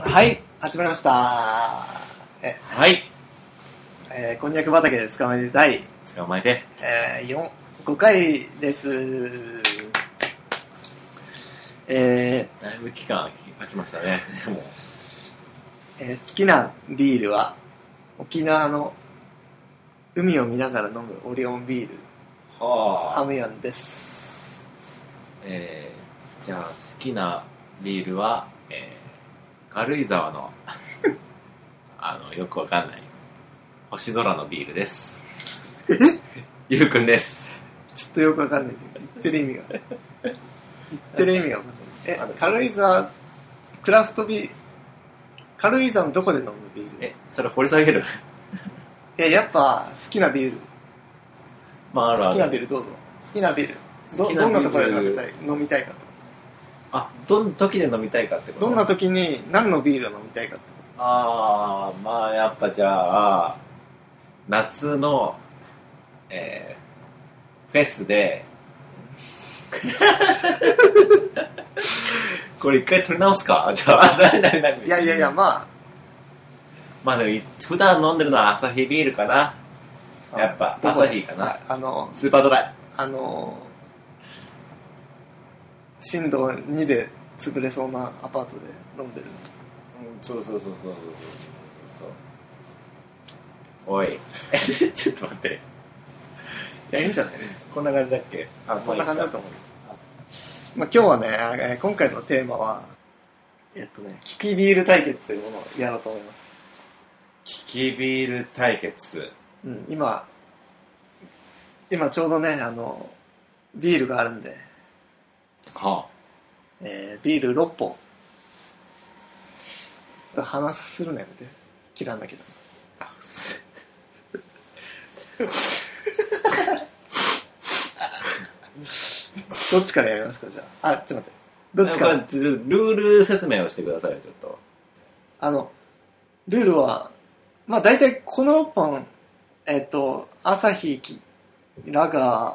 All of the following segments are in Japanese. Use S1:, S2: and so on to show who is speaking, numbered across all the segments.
S1: はい、始まりました。え、
S2: はい。
S1: えーこんにゃく畑で捕まえて第、
S2: 捕まえて。
S1: えー、4、5回です。え
S2: だいぶ期間空きましたね。もう。
S1: ーえー好きなビールは、沖縄の海を見ながら飲むオリオンビール、
S2: は
S1: アムヤンです。
S2: えー、じゃあ、好きなビールは、えー、軽井沢 の、あの、よくわかんない、星空のビールです。ゆうくんです。
S1: ちょっとよくわかんないけど、言ってる意味が。言ってる意味がわかんない。え、軽井沢、クラフトビール、軽井沢のどこで飲むビール
S2: え、それ掘り下げる
S1: え、やっぱ好きなビール。
S2: まあ、あるあ
S1: 好き
S2: る。
S1: なビールどうぞ。好きなビール。ど
S2: 好き
S1: ど
S2: なビ
S1: んなと
S2: ール
S1: ころで食べたい飲みたいか。
S2: あ、どんな時で飲みたいかってことと
S1: どんな時に何のビールを飲みたいかってこ
S2: ああまあやっぱじゃあ夏の、えーフェス でこれ一回取り直すか じゃあ何何何
S1: と。いやいやいや、ま
S2: まあでも普段飲んでるのはアサヒビールかな
S1: あ。
S2: やっぱ
S1: どこで
S2: アサヒかな
S1: はいあの、
S2: スーパードライ
S1: あの、震度2で潰れそうなアパートで飲んでる。
S2: うんそうそうそうそうそうそうお いちょっと待って
S1: いや、いいんじゃない
S2: こんな感じだっけあ
S1: こんな感じだと
S2: 思
S1: 思う。まあ、今日はね、えー今回のテーマは、えっとね、キキビール対決というものをやろうと思います。
S2: キキビール対決
S1: うん、今、今ちょうどね、あの、ビールがあるんで、
S2: は
S1: えービール6本。話するのやめて。切らんだけど。
S2: ああすいません
S1: どっちからやりますか、じゃあ。あ、ちょっと待って。どっちから。
S2: ちょっとルール説明をしてくださいよちょっと
S1: あの、ルールは、まあ大体この6本、えっ、と、朝日、きラガー、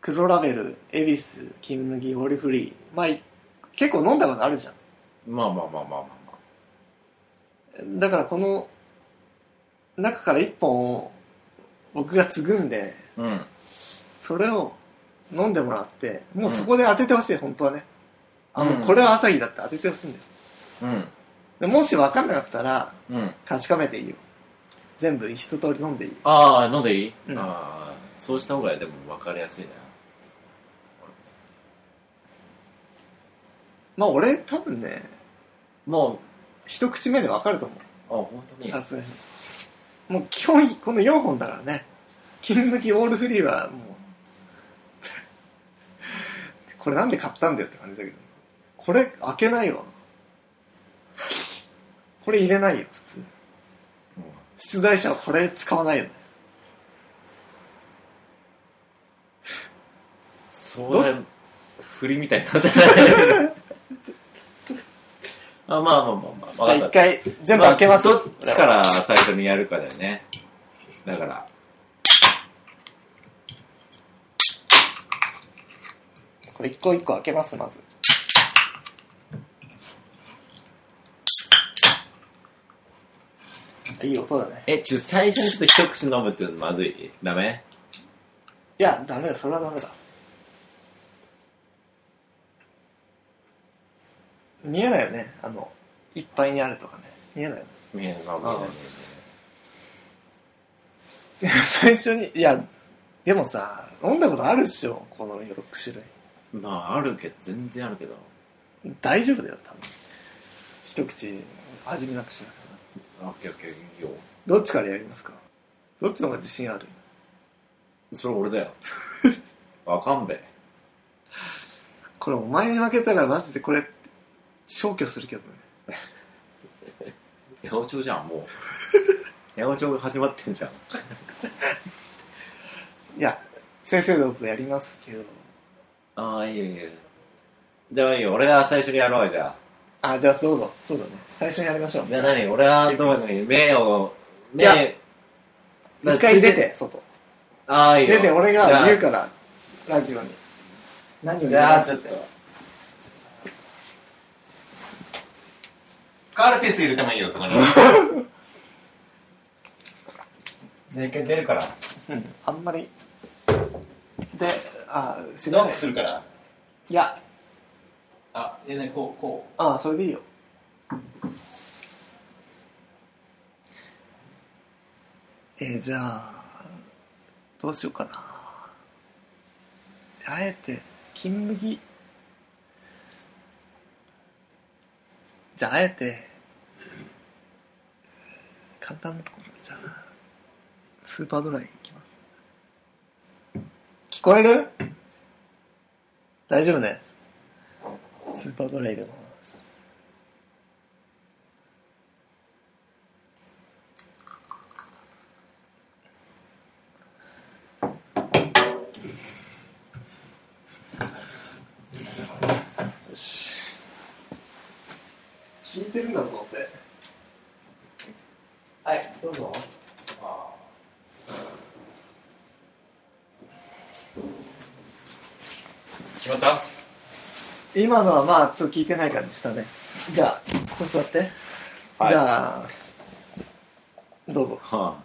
S1: 黒ラベル、エビス、金麦、オールフリー。まあ、い結構飲んだことあるじゃん。
S2: まあまあまあまあまあ
S1: だからこの中から一本を僕が継ぐんで、
S2: まあうん
S1: それを飲んでもらって、もうそこで当ててほしい、本当はね。あ、もううんこれは朝日だって当ててほしいんだよ。
S2: うん
S1: でもし分かんなかったら
S2: うん
S1: 確かめていいよ。全部一通り飲んでいい。
S2: ああ飲んでいい、
S1: うん
S2: ああそうした方がでも分かりやすいな
S1: まあ俺多分ね、
S2: も
S1: 一口目で分かると思
S2: うあ本当
S1: う。
S2: に
S1: さすがに。もう基本、この4本だからね。金抜きオールフリーはもう、これなんで買ったんだよって感じだけど。これ開けないわ。これ入れないよ、普通。出題者はこれ使わないよね。
S2: そうだ振りみたいになってないあまあまあまあま
S1: じゃあ
S2: あ
S1: 一
S2: 分かった
S1: 回、全部開けます。
S2: あどっちから最初にやるかだよねだから
S1: これ一個一個開けます、まず。いい音だね。
S2: えちょ最初にちょっと一口飲むっていうのまずいダメ
S1: いや、ダメだ、それはダメだ。見えないよね、あの、いっぱいにあるとかね。見えないよね。
S2: 見えないまあ見えない見えない
S1: いや 最初に、いや、でもさ、飲んだことあるっしょ、この6種
S2: まああるけど全然あるけど
S1: 類。大丈夫だよ、多分。一口、味見なくしなくても。
S2: あオッケーオッケーいいよ
S1: どっちからやりますかどっちの方が自信ある
S2: それ俺 だよわかんべ
S1: これお前に負けたらマジでこれ消去するけどね
S2: 八百長じゃん もう八百長が始まってんじゃん
S1: いや先生のとやりますけど
S2: ああいいよいいよじゃあいいよ俺が最初にやろうよじゃ
S1: あじゃあどうぞそうだね最初にやりましょう
S2: あじゃあ何俺はどういうの目を目
S1: いや一回出て外
S2: ああいいよ
S1: 出て俺
S2: じゃ
S1: が
S2: あ
S1: 言うからラジオに何を言い
S2: じゃ
S1: ま
S2: あ
S1: す
S2: ちょ
S1: っ
S2: っと
S1: て
S2: か
S3: RPS 入れてもいいよ、そ こに。じゃあ一回出るから。
S1: うん、あんまり。で、あ、知
S3: ロ
S1: ら
S3: ッ
S1: な
S3: ク
S1: い。
S3: するから。
S1: いや、
S3: あ、え、ね、こう、こ
S1: ああ、それでいいよ。えーじゃあ、どうしようかな。あえて、金麦。じゃあ、あえて、簡単なところ、じゃあ、スーパードライいきます。聞こえる大丈夫ね。スーパードライ入れます。よし。聞いてるんだろ、どうせ。はい、どうぞ。
S3: う。決まった
S1: 今のはまあ、ちょっと聞いてない感じしたね。じゃあ、ここ座って。
S2: はい
S1: じゃあ、どうぞ。
S2: はあ、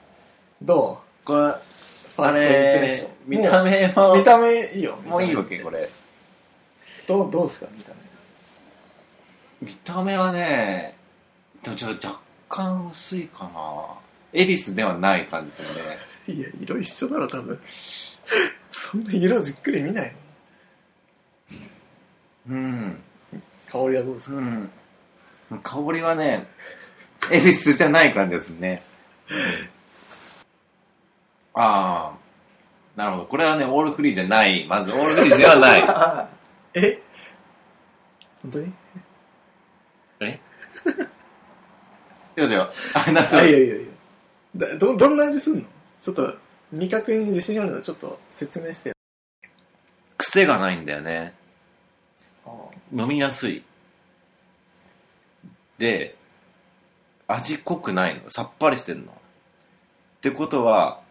S1: どう
S2: これ、
S1: ファー
S2: あ
S1: ストインプレッショ
S2: れ
S1: ン、
S2: 見た目
S1: も
S2: も
S1: う、見た目いいよ。
S2: もういいわけ、
S1: 見た
S2: これ。
S1: 目どう、どうですか、見た
S2: 見た目はね、でもちょっと若干薄いかな。恵比寿ではない感じするね。
S1: 目。いや、色一緒だろ、多分。そんな色じっくり見ないの。
S2: うん。
S1: 香りはどうですか
S2: うん。香りはね、恵比寿じゃない感じでするね。ああ、なるほど。これはね、オールフリーじゃない。まず、オールフリーではない。
S1: ああえ本当に
S2: え そうだよ。あ、なんと
S1: あ、いやいやいや。だど、どんな味すんのちょっと、味覚に自信あるのでちょっと説明してよ。
S2: 癖がないんだよね。飲みやすい。で、味濃くないの。さっぱりしてんの。ってことは、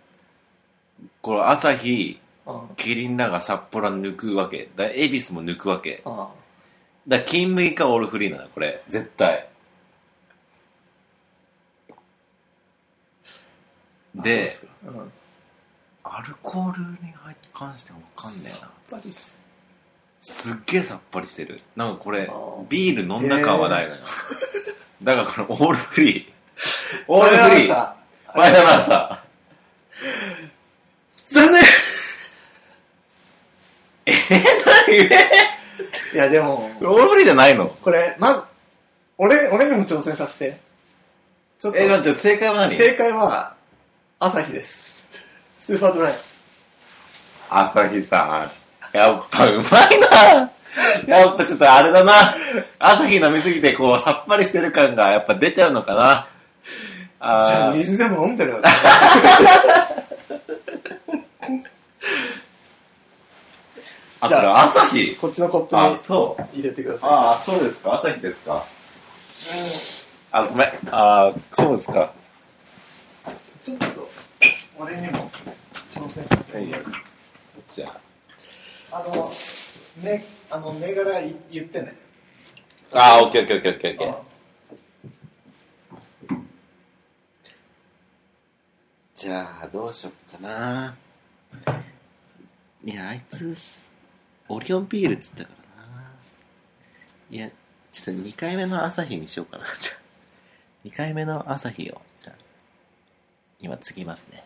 S2: これ朝日、
S1: ああ
S2: キリンらが札幌抜くわけ。だ恵比寿も抜くわけ。
S1: あ
S2: だから金麦かオールフリーなの、これ。絶対。
S1: あ。
S2: で
S1: あ、そうすかうん。
S2: アルコールに関してはわかんねえ
S1: さ
S2: な。
S1: っぱりし
S2: すっげえさっぱりしてる。なんかこれ
S1: あー、
S2: ビール飲んだ感はないのよ。だからこれ、オール フリー。オ
S1: こ
S2: ール
S1: れは
S2: フリー。
S1: さ
S2: ファイナルアンサ
S1: 残 念
S2: ー。
S1: いや、でも、
S2: オールフリーじゃないの
S1: これ、まず、俺、俺にも挑戦させて。ちょっと、
S2: え、待って、正解は何
S1: 正解は、朝日です。スーパードライ。
S2: 朝日さん。やっぱうまいな。やっぱちょっとあれだな。朝日飲みすぎて、こう、さっぱりしてる感がやっぱ出ちゃうのかな。
S1: じゃ
S2: あ
S1: あ
S2: ー
S1: 水でも飲んでるよ
S2: あ、こ
S1: じゃあ
S2: れ朝日
S1: こっちのコップ
S2: あ、
S1: に
S2: そう。
S1: 入れてくださ
S2: ああ、そうですか朝日ですかあ、ごめん。あーそうですか。
S1: い。ちょっと、俺にも挑戦させ
S2: は
S1: て
S2: い
S1: もらう。
S2: じゃあ。
S1: あの、ね、あの、銘柄い言ってね。
S2: あー、オッケーオッケーオッケーオッケーオッケー。じゃあ、どうしよっかな。いや、あいつ、オリオンビールっつったからな。いや、ちょっと2回目の朝日にしようかな。 じゃあ、2回目の朝日を、じゃあ、今、継ぎますね。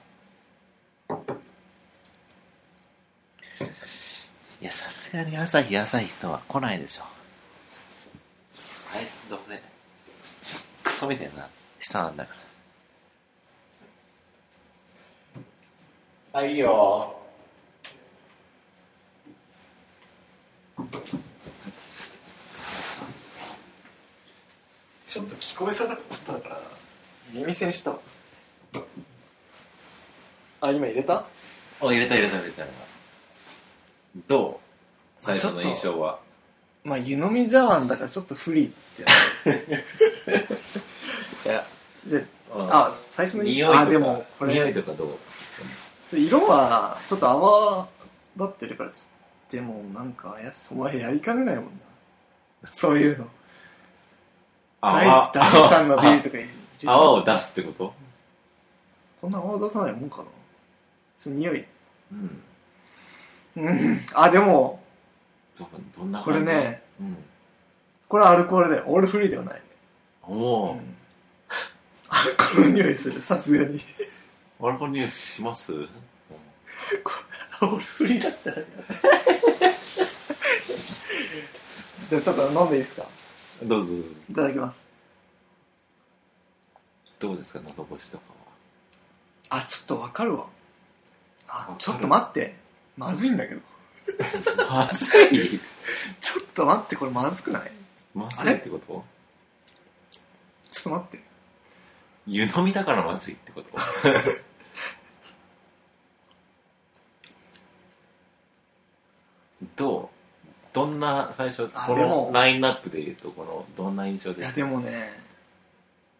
S2: いや、さすがに朝日、朝日とは来ないでしょ。あいつ、どうせ、クソみたいな資産なんだから。
S3: はい、いいよ。
S1: ちょっと聞こえそうだったから、耳栓したわ。あ、今入れた
S2: お、入れた入れた入れた。どう最初の印象は。
S1: まあ、湯飲み茶碗だからちょっと不利ってや
S2: いや、
S1: つ。で
S2: うん
S1: あ、最初の印
S2: 匂
S1: 象
S2: いとか、
S1: あ、でも、これ
S2: 匂い、とかどう
S1: ちょ色はちょっと泡立ってるからちょっとでもなんか怪しいお前やりかねないもんなそういうの第
S2: あ
S1: 第3のビールとか入れて
S2: あ 泡を出すってこと
S1: こんな泡出さないもんかなその匂い
S2: うん。
S1: うんあでも
S2: ど、どんな
S1: こ
S2: 感
S1: れ
S2: じ
S1: ね。
S2: うん。
S1: これはアルコールでオールフリーではない、
S2: お
S1: う
S2: お、
S1: んアルコールの匂いするさすがに
S2: アルコールニュースします
S1: オールフリーだったらやだ じゃあちょっと飲んでいいですか
S2: どうぞどうぞ。
S1: いただきます
S2: どうですか、喉越しとかは。
S1: あちょっとわかるわ
S2: か
S1: あ
S2: る
S1: ちょっと待ってまずいんだけど
S2: まずい
S1: ちょっと待ってこれまずくない
S2: まずいってこと
S1: ちょっと待って
S2: 湯飲みだからまずいってことどうどんな最初
S1: あ
S2: こ
S1: で
S2: の
S1: も
S2: ラインナップでいうとこのどんな印象
S1: い
S2: で
S1: や
S2: す
S1: でもね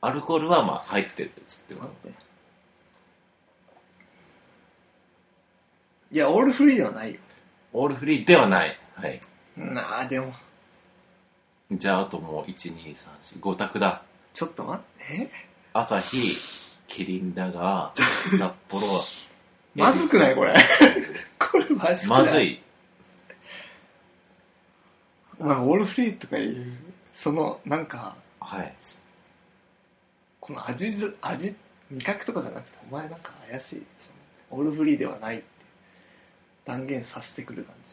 S2: アルコールはまあ入ってるっつって
S1: ちょっと
S2: も
S1: 待っていやオールフリーではないよ
S2: オールフリーではないはい
S1: なあでも
S2: じゃああともう12345択だ
S1: ちょっと待って
S2: 朝日キリンだが 札幌
S1: えまずくないこれ これまずくない
S2: まずい
S1: お前オールフリーとかいうそのなんか
S2: はい
S1: この味ず味味覚とかじゃなくてお前なんか怪しいそのオールフリーではないって断言させてくる感じ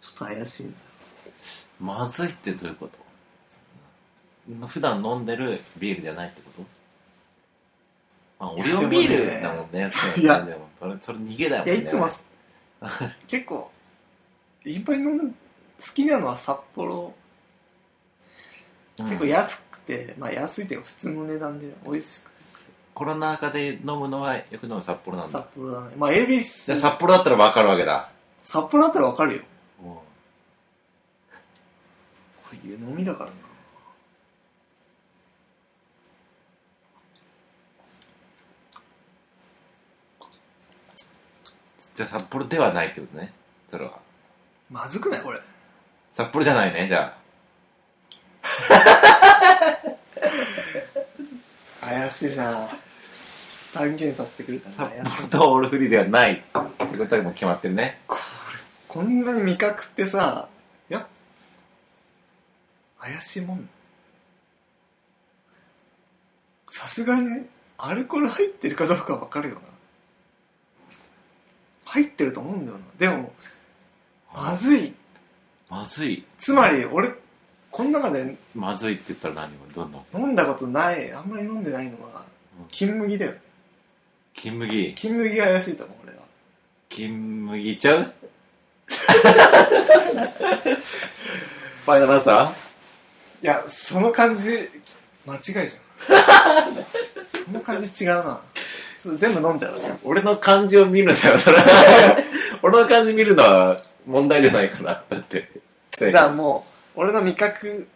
S1: ちょっと怪しいな
S2: まずいってどういうこと普段飲んでるビールじゃないってことまあ、オリオンビールだもんね。そう
S1: いや
S2: でもそれ、それ逃げだもん
S1: い
S2: ね。
S1: やいつも結構いっぱい飲ん好きなのは札幌
S2: うん
S1: 結構安くて、まあ安いけど普通の値段で美味しく
S2: コロナ禍で飲むのは、よく飲む札幌なん
S1: 札
S2: だ。
S1: 幌だねまあ恵比
S2: じ
S1: 寿
S2: ゃあ札幌だったらわかるわけだ。
S1: 札幌だったらわかるよ
S2: うん
S1: これ湯飲みだからな
S2: じゃあ札幌ではないってことね。それは。
S1: まずくないこれ
S2: 札幌じゃないね、じゃ
S1: 怪しいな断言させてくれた
S2: あ
S1: ら。怪しい
S2: 札幌オールフリーではない。ってことはもう決まってるね。
S1: こんなに味覚ってさやっ怪しいもんさすがにアルコール入ってるかどうかわかるよな入ってると思うんだよなでもまずい
S2: まずい。
S1: つまり俺この中で
S2: まずいって言ったら何をどんどん。
S1: 飲んだことないあんまり飲んでないのは
S2: うん
S1: 金麦だよ
S2: 金麦。
S1: 金麦が怪しいと思う俺は
S2: 金麦 ちゃうファイナルアンサ
S1: いやその感じ間違いじゃんその感じ違うなちょっと全部飲んじゃう
S2: ー俺の漢字を見るんだよ、そ れ。俺の漢字見るのは問題じゃないから、だって。
S1: じゃあもう俺の味覚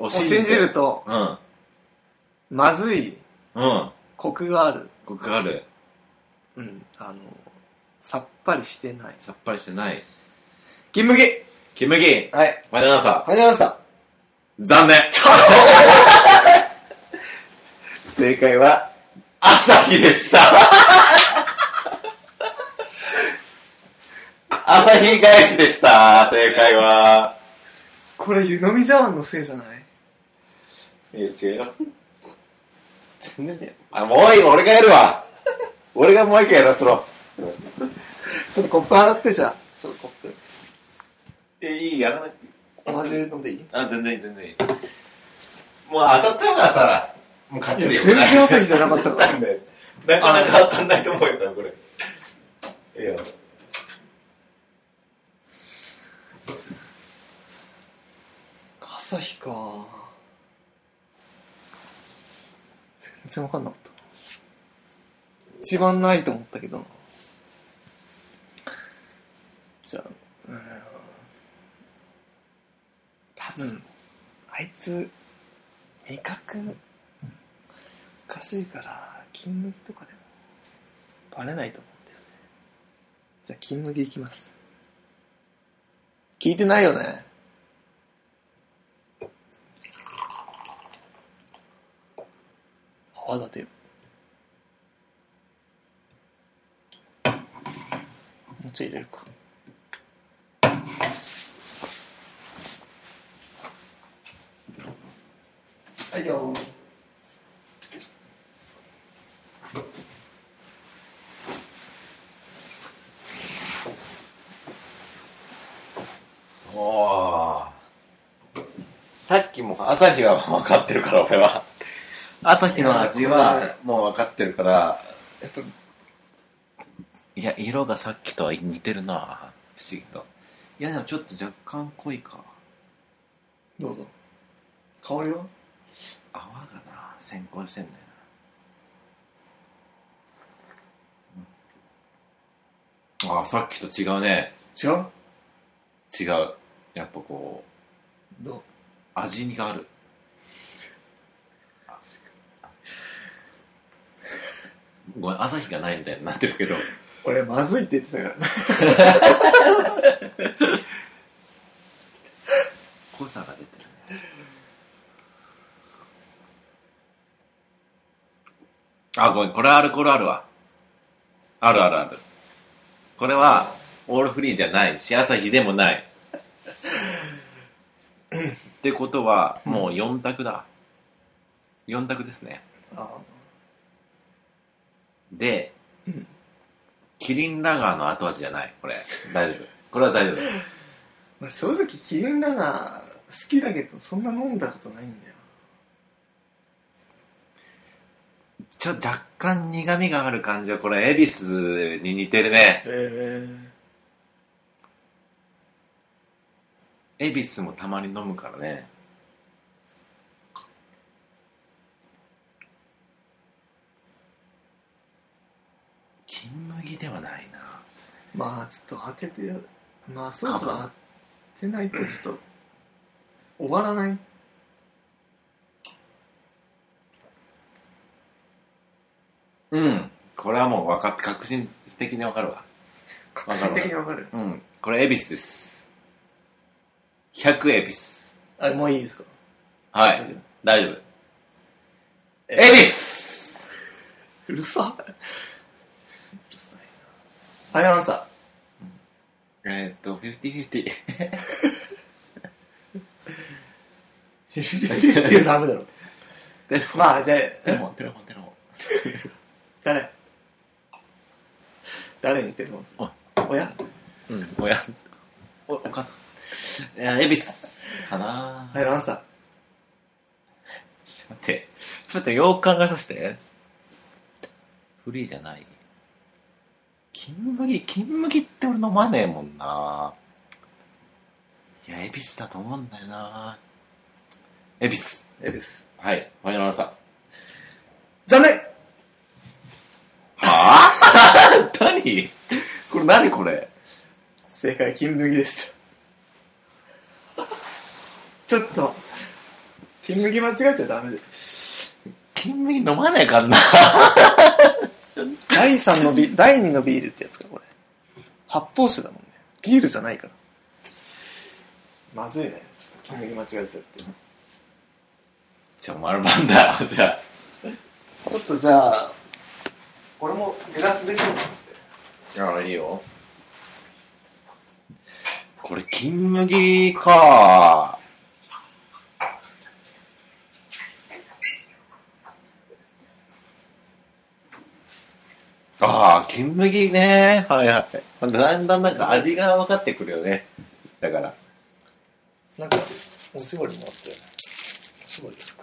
S2: お
S1: を信じる。と
S2: うん。
S1: まずい
S2: うん。
S1: コクがある
S2: コクある。
S1: うんあのさっぱりしてない
S2: さっぱりしてない。
S1: 金麦
S2: 金麦フ
S1: はい
S2: ァイナルアンサ
S1: ファイナルアンサ
S2: ー残念正解は、朝日でした。朝日返しでした、正解は。
S1: ーこれ湯飲み茶碗のせいじゃない
S2: いや、違うよ。全然違う。あ、もういい、俺がやるわ。俺がもう一回やらせろ。
S1: ちょっとコップ洗ってじゃあちょっとコップ
S3: え、いい、やらなくていい。
S1: 同じ飲んでいい
S3: あ、全然いい、全然いい。もう当たったからさ、もう勝ちでよ
S1: 全然朝
S3: 当
S1: 日じゃなかった
S3: た
S1: わ
S3: んだよ。 なかなか当たんないと思うよ、多分これ。いや。
S1: 朝日か全然わかんなかった一番ないと思ったけどなじゃあうーん多分あいつ味覚おかしいから金麦とかでもバレないと思うんだよねじゃあ金麦いきます聞いてないよね泡立てるもうちょい入れるかはいよ
S3: おーさっきも朝日は分かってるから俺は
S1: 朝日
S3: 今
S1: の
S3: の味はもう分かってるから
S2: いや、色がさっきとは似てるな不思議と。いや、でもちょっと若干濃いか。
S1: どうぞ香りは
S2: 泡がな先行してんだよな。あー、さっきと違うね。
S1: 違う
S2: 違う。やっぱこう、
S1: どう
S2: 味がある。ごめん、朝日がないみたいになってるけど。
S1: 俺まずいって言ってたから
S2: 濃さが出てるねあごめんこれアルコールあるわあるあるあるこれはオールフリーじゃないし朝日でもないってことはもう4択だ4択ですね
S1: あ
S2: でキリンラガーの後味じゃないこれ大丈夫これは大丈夫
S1: まあ、正直キリンラガー好きだけどそんな飲んだことないんだよ
S2: ちょ若干苦みがある感じはこれ恵比寿に似てるね
S1: え
S2: 恵比寿もたまに飲むからね金麦ではないな
S1: えまあちょっと開けてまあそろそろ開けないとちょっと終わらない
S2: うんこれはもう分かって革新的に分かるわ
S1: 確信的にわかる
S2: うんこれ恵比寿です100恵比寿
S1: あもういいですか大
S2: は
S1: 丈
S2: い
S1: 夫
S2: 大丈夫
S1: え
S2: 恵比寿
S1: うるさうるさいなファイナルアンサ
S2: えーっと5050
S1: ー50ダメだろ
S2: テレフォン
S1: まあじゃあ
S2: テレフォンテレフォンテレフォン
S1: 誰誰にテレフォンする親
S2: うん、おや、お、お母さん。いや、恵比寿かな
S1: ファイナルアンサー
S2: ちょっと待って、ちょっと待って、よく考えさせて。フリーじゃない。金麦、金麦って俺飲まねえもんな。いや、恵比寿だと思うんだよな。恵比寿。
S1: エビス
S2: はい、ファイナルアンサー。は
S1: 残念
S2: あ 何これ何これ
S1: 正解金麦でしたちょっと金麦間違えちゃダメです
S2: 金麦飲まねえかんな。
S1: 第3のビ第2のビールってやつかこれ発泡酒だもんねビールじゃないからまずいねちょっと金麦間違えちゃってち
S2: じゃあ、丸番だ。じゃあ。
S1: ょっとじゃあ俺もグラスでしょ
S2: ああ、いいよ。これ、金麦か。ああ、金麦ね。はいはい。だんだんなんか味が分かってくるよね。だから。
S1: なんかおしぼりもあっておしぼりですか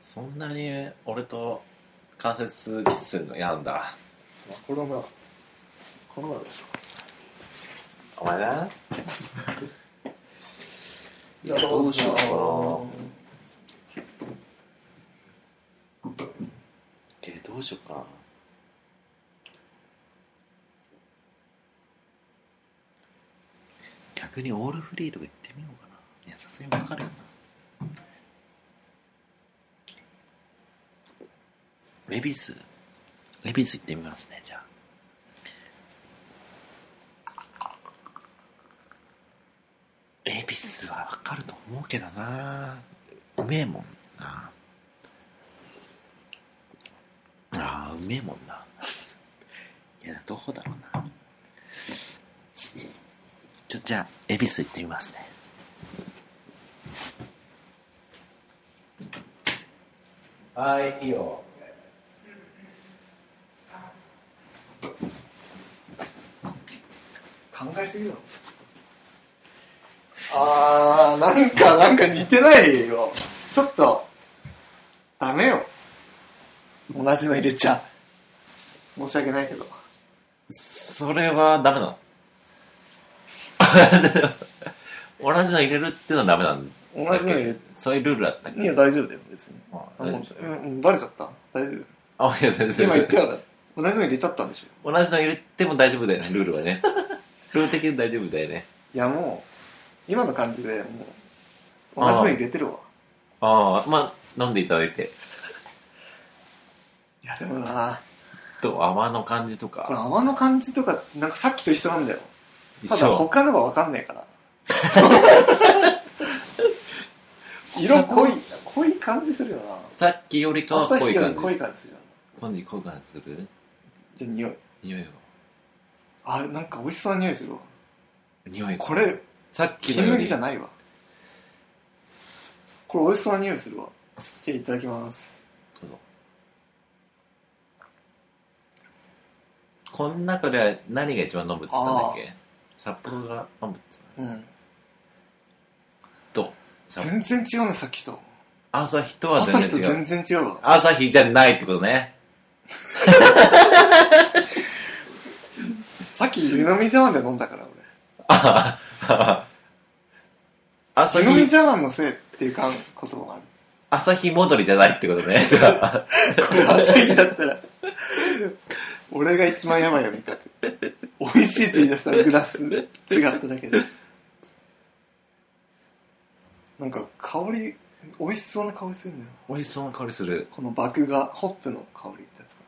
S2: そんなに俺と関節キスするの嫌なんだ。
S1: まあこれはまあこのままでしょ
S2: お前な。
S1: じゃあどうしようかな
S2: え、どうしようかな。逆にオールフリーとか言ってみようかな。いや、さすがにわかるよな。レビス。レビス行ってみますね、じゃあ。えエビスはわかると思うけどなうめえもんなああうめえもんないやどこだろうなちょじゃあエビス行ってみますね
S3: はい、いいよ。
S1: 考えすぎだろあーなんかなんか似てないよちょっとダメよ同じの入れちゃ申し訳ないけど
S2: それはダメなの 同じの入れるってのはダメなんだ
S1: 同
S2: っ
S1: じの入れ
S2: けそういうルールだったっけ
S1: いや大丈夫だよ別に
S2: あ
S1: あ
S2: 大丈
S1: も
S2: 夫
S1: う
S2: ですよ
S1: うんうんバレちゃった大丈
S2: あいや全
S1: 夫
S2: 然
S1: 今言ったよ同じの入れちゃったんでしょ
S2: 同じの入れても大丈夫だよねルールはね ルール的に大丈夫だよね
S1: いやもう今の感じでもう同じの入れてるわ
S2: ああまあ飲んでいただいて
S1: いやでもな
S2: と泡の感じと
S1: これ
S2: か
S1: 泡の感じとかなんかさっきと一緒なんだよ
S2: 一
S1: ただ
S2: 緒
S1: 他のがわかんない から。色濃い、濃い感じするよな。
S2: さっきよりかは
S1: 朝
S2: 濃
S1: 日
S2: い
S1: より
S2: 感
S1: 濃
S2: じ
S1: い感じするよな。
S2: 今時濃い感じする
S1: じゃあ匂い。
S2: 匂いは
S1: あ、なんか美味しそうな匂いするわ。
S2: 匂い
S1: これ、
S2: さっきの
S1: 金
S2: よ
S1: 麦
S2: り
S1: じゃないわ。これ美味しそうな匂いするわ。じゃあいただきます。
S2: どうぞこの中では何が一番飲むって言ったんだっけ札幌が飲むって言ったの
S1: うん。
S2: どう札
S1: 全然違うね、さっきと。
S2: 朝日とは
S1: 朝
S2: 全
S1: 日と
S2: 然違う
S1: 全然違うわ。
S2: 朝日じゃないってことね
S1: さっき湯飲み茶碗で飲んだから、
S2: ああ朝
S1: 俺。湯飲み
S2: 日
S1: 茶碗のせいっていうかん言葉がある。
S2: 朝日戻りじゃないってこと ねじゃあ
S1: これ朝日だったら、俺が一番やばいよ、味覚。美味しいって言い出したらグラス違っただけで。なんか香り、美味しそうな香りするんだよ。
S2: 美味しそうな香りする
S1: この麦が、ホップの香りってやつか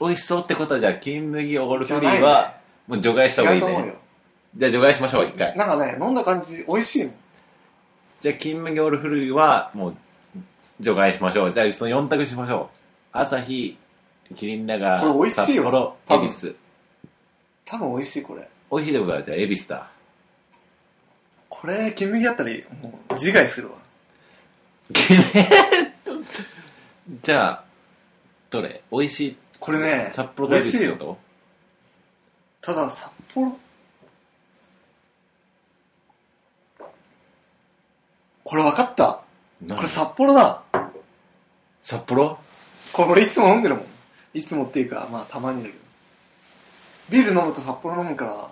S2: 美味しそうってことはじゃあ金麦オールフリ
S1: じゃな
S2: ー
S1: い
S2: はもう除外した方
S1: な。
S2: が
S1: 違
S2: いうい
S1: と思う
S2: ね
S1: よ。
S2: じゃあ除外しましょう一回
S1: なんかね、飲んだ感じ、美味しいもん。
S2: じゃあ金麦オールフリーはもう除外しましょうじゃあその4択しましょう朝日キリンラガー
S1: これ美味しいよ
S2: 札幌
S1: 多
S2: 恵
S1: 分
S2: 比寿
S1: 多分美味しい、これ。
S2: 美味しいってことはじゃあ恵比寿だ
S1: これ、金麦だったらいいもう、自害するわ。
S2: じゃあどれ美味しい
S1: これね、
S2: 札幌が恵
S1: 美
S2: 比
S1: 味しい
S2: 寿って
S1: よ。
S2: こ
S1: ただ、札幌。これ分かった。
S2: と
S1: これ札幌だ。
S2: 札幌
S1: これ俺いつも飲んでるもん。いつもっていうか、まあたまにだけど。ビール飲むと札幌飲むから、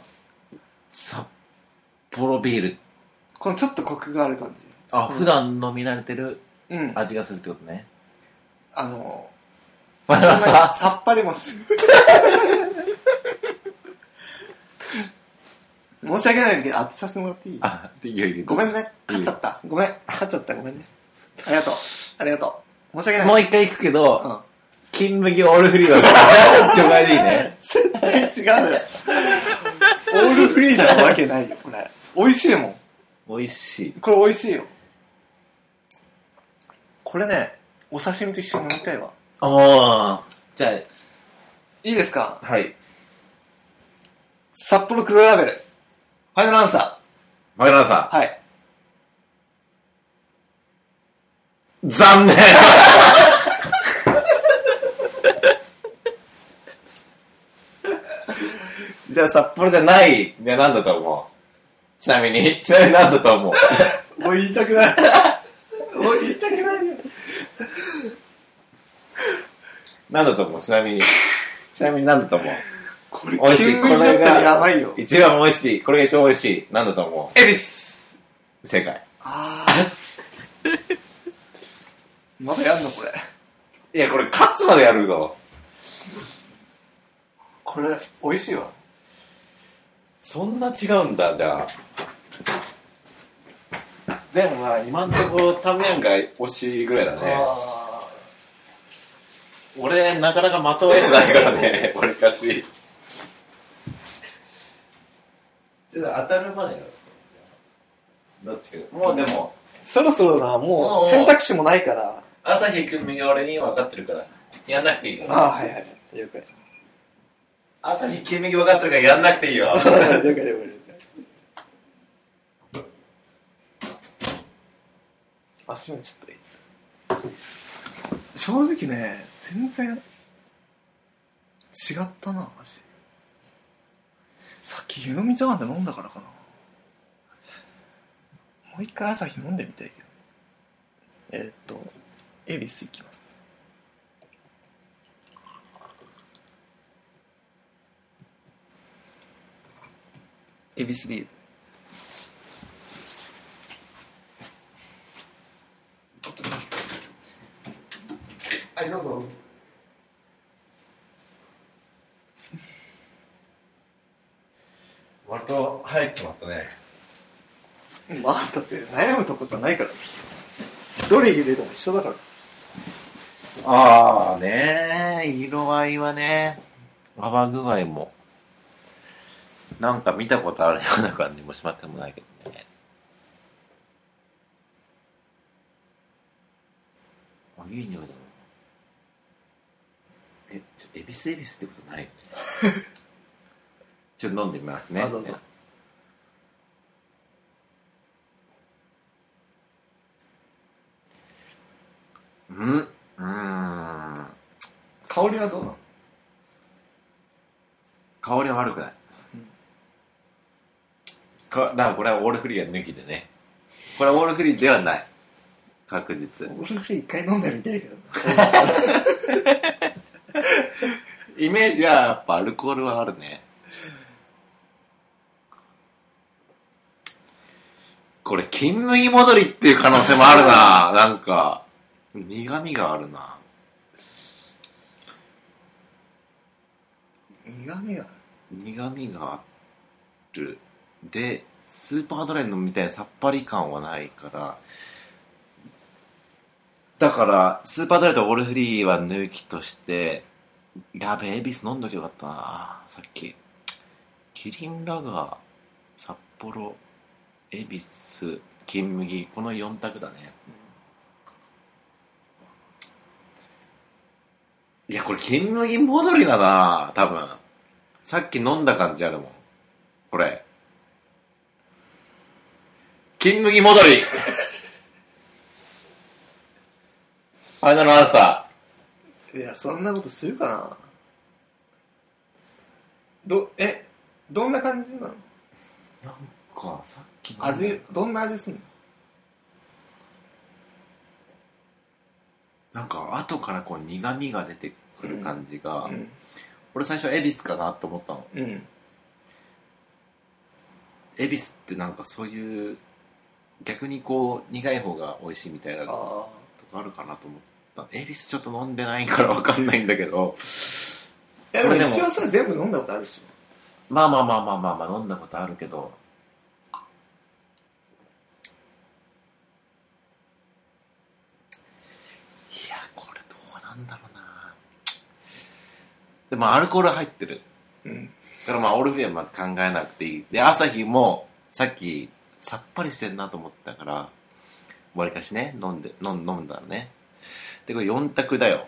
S2: 札幌ビール
S1: このちょっとコクがある感じ。
S2: あ、
S1: うん
S2: 普段飲み慣れてる
S1: うん。あ
S2: 味がするってこと ね
S1: の、
S2: ま
S1: そんな
S2: だ
S1: に
S2: さ
S1: さっぱりもす申し訳ないんだけど、当てさせてもらっていい
S2: あいやいや
S1: ごめんね。勝っちゃった。ごめん。勝っちゃった。ごめんね。ありがとう。ありがとう。申し訳ない。
S2: もう一回行くけ
S1: う
S2: ど、
S1: ん。
S2: 金麦オールフリーは 除外でいいね。
S1: 絶対違うよ。オールフリーなわけないよ、これ。美味しいもん。
S2: 美味しい。
S1: これ美味しいよこれねお刺身と一緒に飲みたいわ
S2: ああ。じゃ
S1: いいですか
S2: あ、はい。
S1: 札幌黒ラベルファイナルアンサ
S2: マグナさ
S1: ーはい
S2: ん。残念 じゃあ札幌じゃない。じゃあ何だと思うちなみに、ちなみに何だと思う
S1: もう言いたくないもう言いたくないよ
S2: 何だと思うちなみに。ちなみに何だと思う
S1: これ
S2: 美味しい
S1: 金麦だったらやばいよ
S2: 一番美味しい。これが一番美味しい。何だと思
S1: エビス
S2: う正解。
S1: ああまだやんのこれ
S2: いや、これ勝つまでやるぞ。
S1: これ美味しいわ
S2: そんな違うんだ、じゃあ。でもまあ、今のところ、タムヤンが惜しいぐらいだね。
S1: あ
S2: 俺、なかなか的を得てないから ね、わりかし。ちょっと当たるまでよ。
S3: どっちかもうでも
S1: そろそろな、
S3: お
S1: も
S3: うお
S1: う
S3: う
S1: 選択肢もないから。
S3: 朝日くんが俺に分かってるからやんなくていいよ
S1: ああ、はいはい。了解。
S3: 朝日君右分かってるからやんなくていいよ
S1: 了解了解了解。足もちょっといいです。正直ね、全然、違ったな、マジ。さっき湯飲み茶碗で飲んだからかな。もう一回朝日飲んでみたいけど。えーっと、恵比寿行きます。恵比寿ビールはいどうぞ
S3: 割と早く決まったね
S1: まあだって悩むとこじゃないからどれ入れても一緒だから
S2: ああねえ色合いはね泡具合もなんか見たことあるような感じもしまってもないけどねあいい匂いだなえちょエビスエビスってことないよ ねちょっと飲んでみますね
S1: あどうぞ
S2: うんうーん
S1: 香りはどうなの
S2: 香りは悪くない、
S1: うん
S2: かだからこれはオールフリーは抜きでねこれはオールフリーではない確実
S1: 俺フリー一回飲んでみたいけど
S2: イメージはやっぱアルコールはあるねこれ金麦戻りっていう可能性もあるななんか苦味があるな
S1: 苦味は
S2: 苦味があるでスーパードライのみたいなさっぱり感はないからだからスーパードライとオールフリーは抜きとしてやべえエビス飲んどきゃよかったなさっきキリンラガー札幌エビス金麦この4択だねいやこれ金麦戻りだな多分さっき飲んだ感じあるもん。これ。金麦戻り ファイナルアンサ
S1: いやそんなことするかなどえどんな感じなの
S2: ー。なんか、さっきの
S1: 味どんな味すんの
S2: なんか、後からこう苦味が出てくる感じが、
S1: うん
S2: 俺最初はエビスかなと思ったの。
S1: うん
S2: エビスってなんかそういう、逆にこう、苦い方が美味しいみたいな
S1: ああ
S2: とかあるかなと思った。エビスちょっと飲んでないからわかんないんだけど、
S1: いやで
S2: これで
S1: も
S2: も
S1: 一応さ全部飲んだことあるでし
S2: まあまあまあまあまあ、まあ、飲んだことあるけど。いや、これどうなんだろうな。でもアルコール入ってる。
S1: ょうん
S2: だからまあ、オルフィアまで考えなくていい。で、朝日も、さっき、さっぱりしてんなと思ったから、わりかしね、飲んで、飲ん飲んだのね。で、これ4択だよ。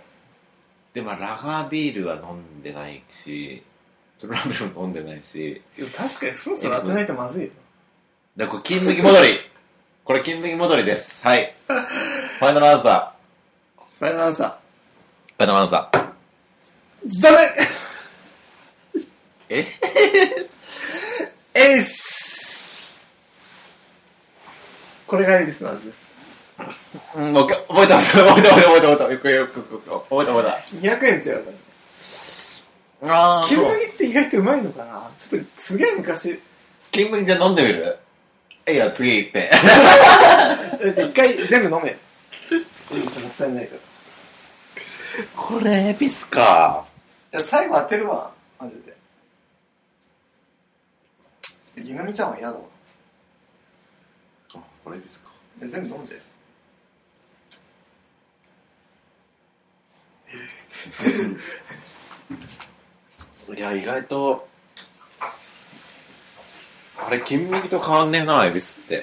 S2: で、まあ、ラガービールは飲んでないし、トラブルも飲んでないし、
S1: でも確かにそろそろ当てないとまずいよ
S2: で、これ、金麦戻り。これ、金麦戻りです。はい。ファイナルアンサ
S1: ファイナルアンサー
S2: ー。ファイナルアンサー。
S1: 残念
S2: え
S1: エビスこれがエビスの味です
S2: うん、もう一回覚えてます。覚えてます。覚えてます。よくよくよくよく覚えて覚え
S1: 200円違うから
S2: て。あ
S1: 金麦って意外とうまいのかなちょっとすげえ昔
S2: 金麦じゃ飲んでみるいいよ、次行って。
S1: だって一回全部飲めエビスもったいないから
S2: これ、エビスか。
S1: いや最後当てるわマジでちょっと湯飲みちゃんは嫌だわ
S2: あ、これエビスか。
S1: いや全部飲んじゃ
S2: いや、意外と、あれ、金麦と変わんねえな、エビスっ
S1: え
S2: て。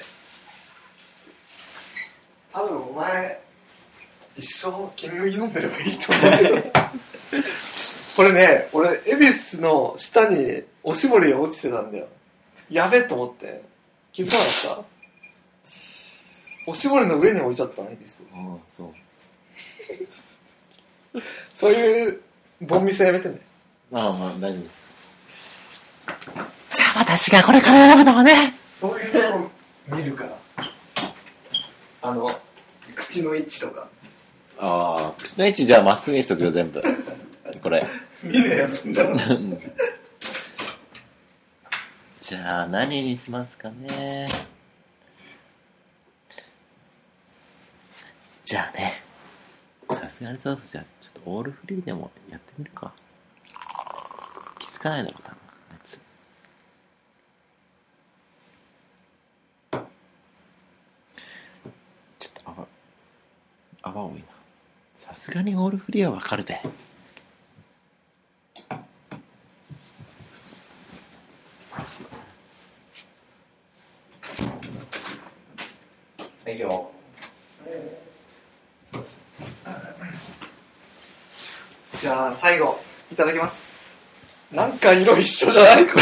S1: 一生金麦飲んでればいいと思うこれね俺恵比寿の下におしぼりが落ちてたんだよやべえと思って気づかなかったおしぼりの上に置いちゃったの恵比寿
S2: ああそう
S1: そういうボンミスやめてね
S2: まあまあ大丈夫ですじゃあ私がこれから選ぶのはね
S1: そういうのを見るからあの口の位置とか
S2: ああ口の位置じゃあまっすぐにしとくよ全部これ
S1: 見ねえよそんなの
S2: じゃあ何にしますかねじゃあねさすがにそうそうじゃあちょっとオールフリーでもやってみるか気づかないだろう多分あいつちょっと泡泡多いなさすがにオールフリーはわかるで
S3: はいよ
S1: じゃあ最後いただきますなんか色一緒じゃないこ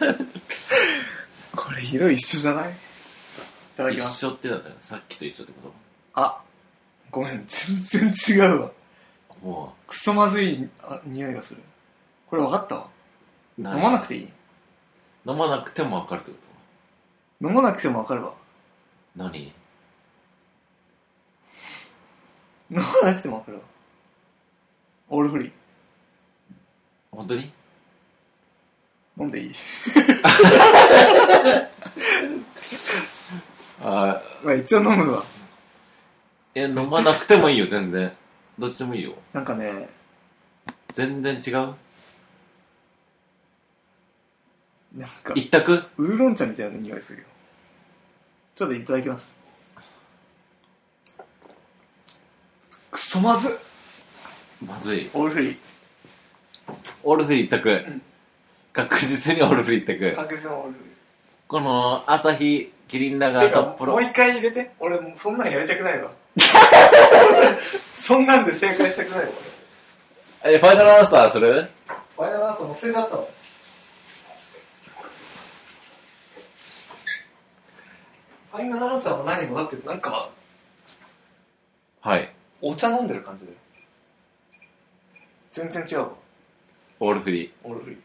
S1: れこれ色一緒じゃないいただき
S2: 一
S1: ます
S2: 緒ってだったらさっきと一緒ってこ
S1: あごめん全然違うわ
S2: とも
S1: クソまずいあ匂いがするこれ分かったわ
S2: う
S1: 飲まなくていい
S2: 飲まなくてもわかるってこと
S1: 飲まなくても分かるわ
S2: 何
S1: 飲まなくても分かるわオールフリー
S2: 本当に
S1: 飲んでいい
S2: あ
S1: まあ一応飲むわ
S2: え飲まなくてもいいよ全然どっちでもいいよ
S1: なんかね
S2: 全然違う
S1: なんか
S2: 一択
S1: ウーロン茶みたいな匂いするよちょっといただきますクソまずっ
S2: まずい
S1: オールフリ
S2: オールフリー一択確実にオールフリー一
S1: ー
S2: 択
S1: 確実にオールフリ
S2: この朝日キリンラガ
S1: ー
S2: ー
S1: てか
S2: 札
S1: も
S2: 幌
S1: う一回入れて俺もうそんなんやりたくない わそんなんで正解したくないわ
S2: えファイナルアンサーする
S1: 俺ファイナルアンサーもう捨てちゃったわファイナルアンサーも何もだってなんか
S2: はい
S1: お茶飲んでる感じだよ全然違うわ
S2: オールフリー
S1: オールフリー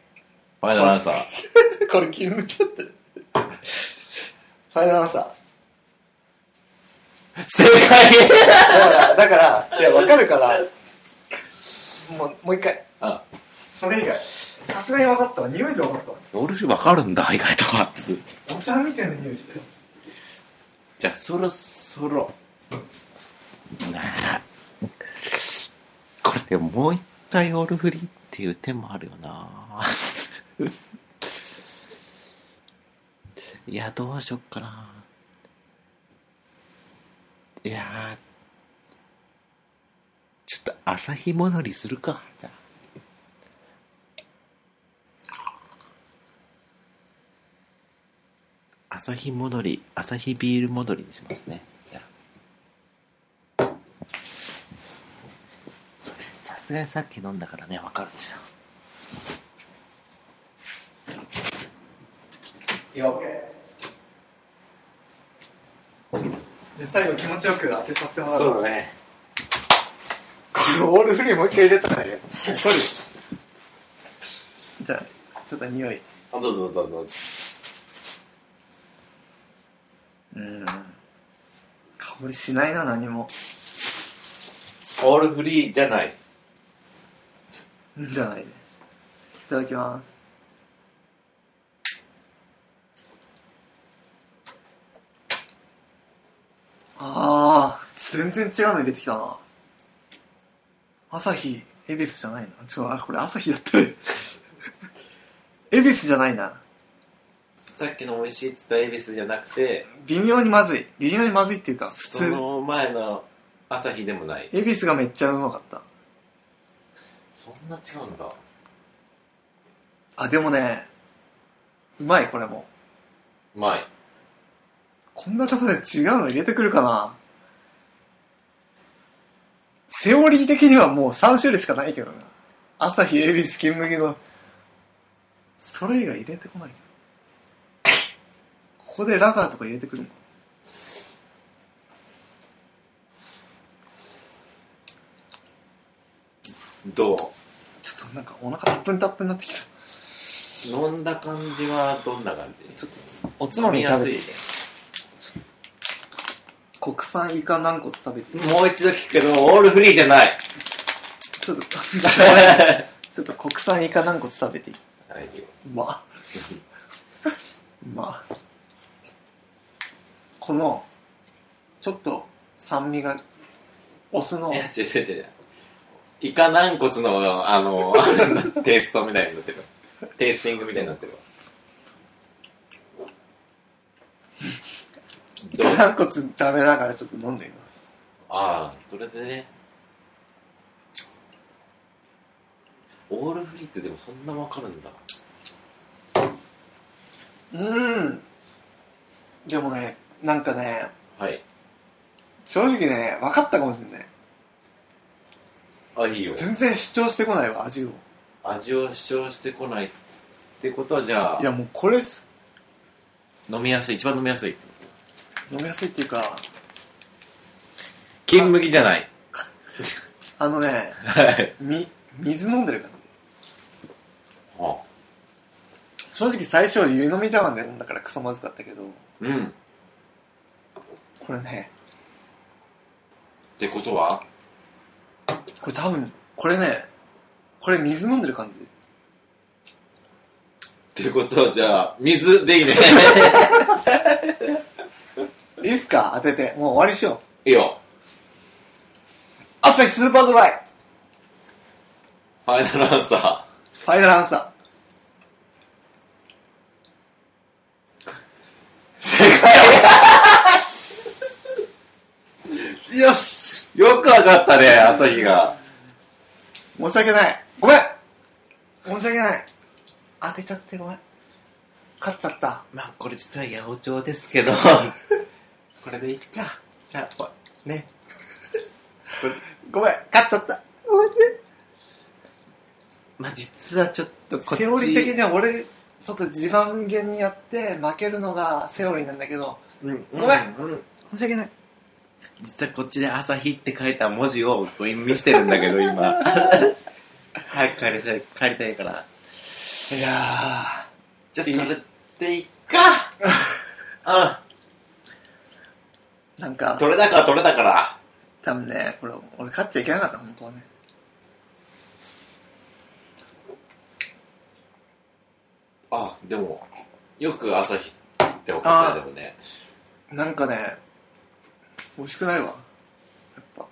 S2: ファイナルアンサー
S1: これ切り抜けってファイナルアンサ
S2: 正解
S1: ーだからだからいやわかるからもうもう一回
S2: あ
S1: それ以外さすがに分かったわ匂いで分かったわ
S2: オールフリーわかるんだ意外とは
S1: お茶みたいな匂いしたよ
S2: じゃあそろそろねえこれでももう一回オールフリーっていう手もあるよ ないやどうしよっかないやーちょっと朝日ものりするかじゃあ朝日もどり朝日ビールもどりにしますねじゃあさすがにさっき飲んだからねわかるんですよ
S1: いや OK じゃあ最後気持ちよく当てさせてもらうわ
S3: そうだね
S1: これオールフリーもう一回入れたからよ取るじゃあちょっと匂い
S3: あどうぞどうぞどうぞ
S1: うん香りしないな何も
S3: オールフリーじゃない
S1: じゃないねいただきますああ全然違うの入れてきたな朝日恵比寿じゃないなちょあこれ朝日だったね 恵比寿じゃないな
S3: さっきの美味しいって言った恵比寿じゃなくて
S1: 微妙にまずい微妙にまずいっていうか普
S3: そ
S1: 通
S3: の前の朝日でもない
S1: 恵比寿がめっちゃうまかった
S3: そんな違うんだ
S1: あでもねうまいこれも
S3: うまい
S1: こんなとこで違うの入れてくるかなセオリー的にはもう3種類しかないけどな。朝日、恵比寿、金麦の、それ以外入れてこないけど。ここでラガーとか入れてくるのか。
S2: ど
S1: ちょっとなんかお腹タップンタップンになってきた。
S2: う飲んだ感じはどんな感じ
S1: ちょっと、おつまみ食べて
S2: 飲み。やす
S1: 国産イカ軟骨食べて。
S2: いねもう一度聞くけど、オールフリーじゃ ない。
S1: ちょっと、 ちょっと国産イカ軟骨食べていい。
S2: はい。
S1: まあ。まあ。この、ちょっと酸味が、お酢の
S2: い、や、違う違う違う。イカ軟骨の、あの、 あれになってテイストみたいになってる。テイスティングみたいになってるわ。
S1: イ
S2: どう
S1: カ軟骨ダメだからちょっと飲んでみます。
S2: ああ、それでね。オールフリーってでもそんなわかるんだ。
S1: うーん。でもね、なんかね、
S2: はい。
S1: 正直ね、分かったかもしれない。
S2: あ、いいよ。
S1: 全然主張してこないわ、味を。
S2: 味を主張してこないってことはじゃ
S1: い
S2: あ、
S1: や、もうこれし、
S2: 飲みやすい、一番飲みやすいってこと。
S1: 飲みやすいっていうか、
S2: 金麦じゃない。
S1: あのね、
S2: はい。
S1: み、水飲んでるから。
S2: あ
S1: 正直最初湯飲み茶碗で飲んだからクソまずかったけど、
S2: うん。っ
S1: これね、
S2: てことは
S1: これ多分、これね、これ水飲んでる感じ。
S2: ってことはじゃあ、水でいい ね。
S1: いいっすか当てて。もう終わりにしよ
S2: いいよ。
S1: う。朝日スーパードライ
S2: ファイナルアンサ
S1: ファイナルアンサ
S2: ー。よしよくわかったね、朝日が。
S1: ー。申し訳ない。ごめん申し訳ない。当てちゃってごめん。勝っちゃった。
S2: まあ、これ実は八百長ですけど、これでいっか。じゃあ、ね。
S1: ごめん、勝っちゃった。ごめんね。
S2: まあ、実はちょっとこっち。
S1: セオリー的には俺、ちょっと時間げにやって負けるのがセオリーなんだけど、
S2: うん、
S1: ごめん
S2: うんうん
S1: 申し訳ない。
S2: 実はこっちで朝日って書いた文字をこう見してるんだけど、今。早く帰りたい、帰りたいから。
S1: いや
S2: じゃあ、
S1: いい
S2: それでいっか。
S1: ー、なん
S2: う
S1: か
S2: ん。、取れたか、取れたから。
S1: 多分ね、これ、俺勝っちゃいけなかった、本当はね。
S2: あ、でも、よく朝日って分かったねでもね。
S1: なんかね、美味しくないわ。やっぱ、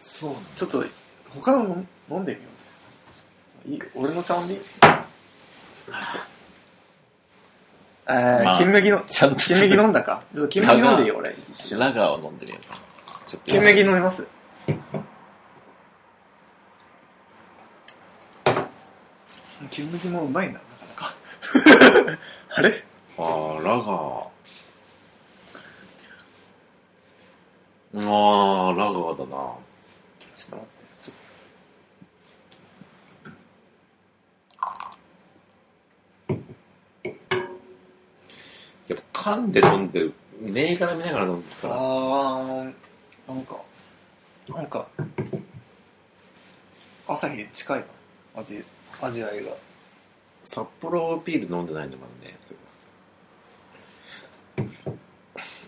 S2: そうなの
S1: ちょっと、他のも飲んでみようぜ。いい俺の茶碗でいいえー、
S2: まあ
S1: 金麦の、
S2: ちゃんと
S1: 金麦飲んだか。ちょっと金麦飲んでいいよ、俺。
S2: 白川を飲んでみようか。ちょっと
S1: 金麦飲みます。金麦もうまいな、なかな か。あれ
S2: あー、ラガー。あー、ラガー
S1: ちょっと待っ
S2: だな。
S1: て。ちょっ
S2: やっぱ噛んで飲んでる。銘柄見ながら飲んでる
S1: と
S2: から。
S1: あー、なんか、なんか、朝日に近いな、味、味わいが。
S2: 札幌ビール飲んでないんだもんね。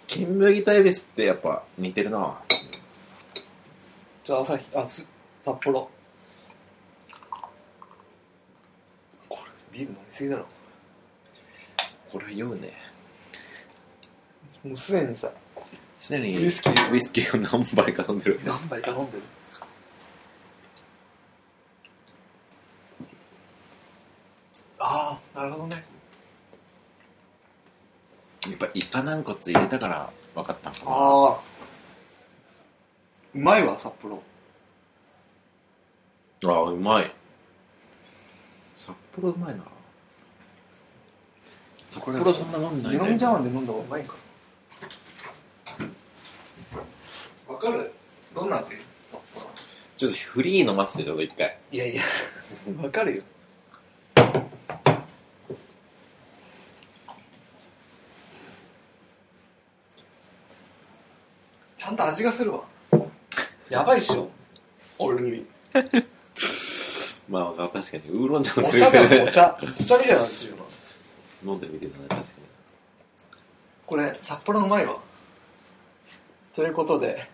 S2: 金麦とエビスってやっぱ似てるな。
S1: じゃあ朝日、あ、す札幌。これ、ビール飲みすぎだろ。
S2: これ酔うね。
S1: もうすでにさ、
S2: 常に
S1: ウイスキー
S2: ウイスキーを何杯か飲んでる。
S1: 何杯か飲んでる。ああ、なるほどね。
S2: やっぱイカ軟骨入れたから分かったんかな。
S1: ああ。うまいわ、札幌。
S2: ああうまい札幌うまいな札幌そんな飲んない
S1: 湯飲み茶碗で飲んだ方がうまいんか。わかるどんな味
S2: ちょっとフリー飲ませて、ちょっと一回。
S1: いやいや、 わかるよ。ちゃんと味がするわ。やばいっしょ。俺に。
S2: まあ、確かに、ウーロン茶
S1: お
S2: の
S1: 茶だよ、お
S2: ね。
S1: 茶。お茶みたいな味するわ。
S2: 飲んでみてたね、確かに。
S1: これ、札幌うまいわ。ということで、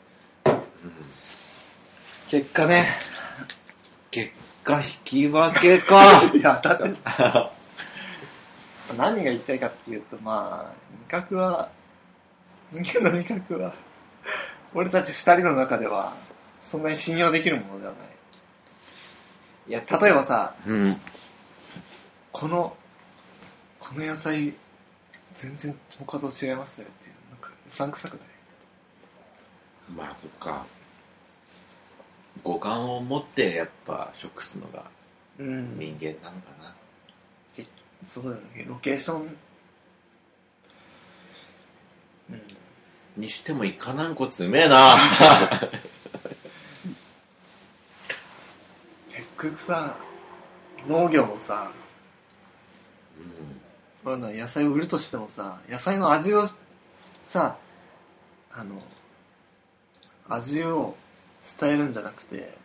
S1: 結果ね。
S2: 結果、引き分けか。
S1: い や、だって。何が言いたいかっていうと、まあ、味覚は、人間の味覚は、俺たち二人の中では、そんなに信用できるものではない。いや、例えばさ、
S2: うん。
S1: この、この野菜、全然他と違いますよっていう、なんか、うさんくさくない
S2: まあ、そっか。五感を持って、やっぱ、食すのが
S1: うん。
S2: 人間なのかな。
S1: そうだよね。ロケーション、うん。
S2: にしても、イカ軟骨うめえな。
S1: 結局さ、農業もさ、まあな野菜を売るとしてもさ野菜の味をさあの味を伝えるんじゃなくて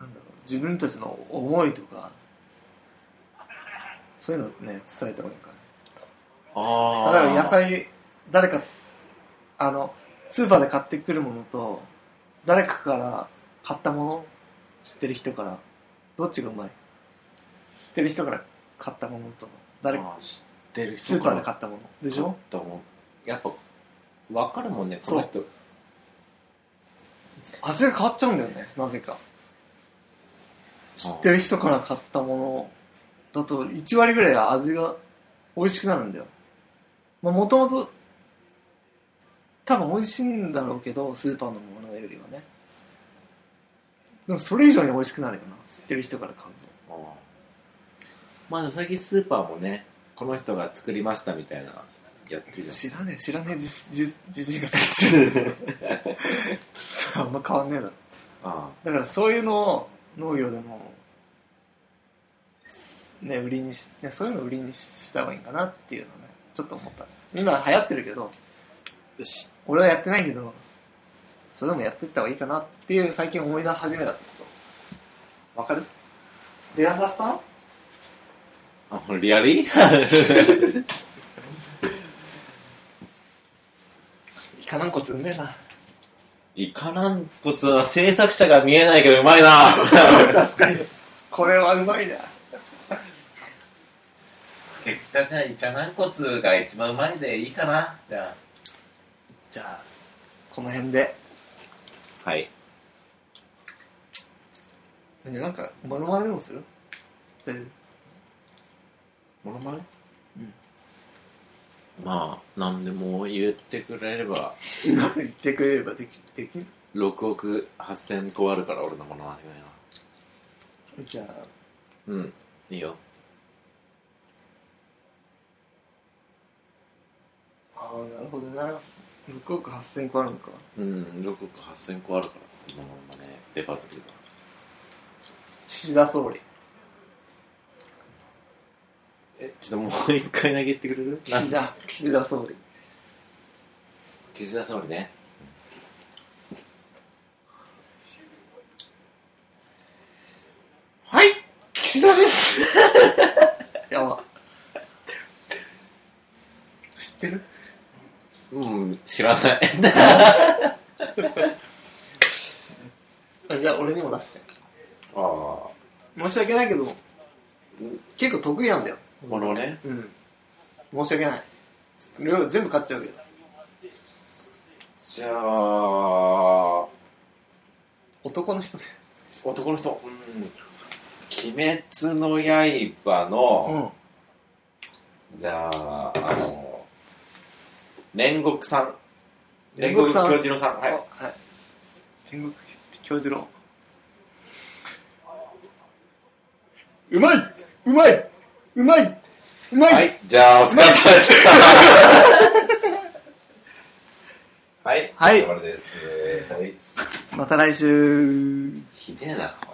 S1: なんだろう自分たちの思いとかそういうのね伝えた方がいいか
S2: あ
S1: な
S2: あ。
S1: 例えば野菜誰かあのスーパーで買ってくるものと誰かから買ったもの知ってる人からどっちがうまい知ってる人から買ったものと誰か
S2: あー知ってる人
S1: スーパーで
S2: か
S1: 買ったものでしょ
S2: ら買ったもんやっぱ分かるもんね
S1: そう
S2: この人
S1: 味が変わっちゃうんだよねなぜか知ってる人から買ったものだと1割ぐらい味が美味しくなるんだよまあもともと多分美味しいんだろうけどスーパーのものよりはねでもそれ以上に美味しくなるよな知ってる人から買うと
S2: あーまあでも最近スーパーもねこの人が作りましたみたいなやってるじ
S1: 知らねえ知らねえじじじじいが出てるそうあんま変わんねえだろ
S2: ゃんあ
S1: だからそういうのを農業でもね売りにし、ね、そういうのを売りにした方がいいかなっていうのねちょっと思った今流行ってるけど
S2: あし
S1: 俺はやってないけどそれでもやってった方がいいかなっていう最近思い出し始めたってことわかるデランガスさん
S2: あリアリ
S1: イカ軟骨うめえな
S2: イカ軟骨は制作者が見えないけどうま いな
S1: これはうまいな
S3: 結果じゃあ、イカ軟骨が一番うまいでいいかな。じゃ
S1: じゃあこの辺で
S2: はい
S1: ねなんかモノマネでもする大丈夫
S2: モノマネ
S1: うん
S2: まあ何でも言ってくれれば
S1: なんか言ってくれればできできる
S2: 6億8000個あるから俺のモノマネがよ
S1: じゃあ
S2: うんいいよ
S1: ああなるほどな6億8000個あるのか
S2: うん、6億8000個あるから、今のまね、デパートで言
S1: 岸田総理
S2: え、ちょっともう一回投げてくれる
S1: 岸田岸田総理
S2: 岸田総理ね。はい岸田です
S1: やば知ってる
S2: うん、知らない。
S1: あじゃあ俺にも出して
S2: ああ、こ
S1: 申し訳ないけど結構得意なんだよ
S2: のね、
S1: うん申し訳ない量全部買っちゃうけど
S2: じゃあ、
S1: 男の人で
S2: 男の人、うん、鬼滅の刃の、
S1: ん
S2: じゃあ、あの、煉獄さん。
S1: 煉
S2: 煉
S1: 獄
S2: 獄
S1: さん
S2: 京次郎さん。
S1: は、
S2: はいい。
S1: はい、天国教授郎うまいうまいうまいうまい、
S2: はい、じゃあお疲れ様でした。はい、
S1: はい
S3: あ、これです。はい。
S4: また来週
S1: ひでえな、これ。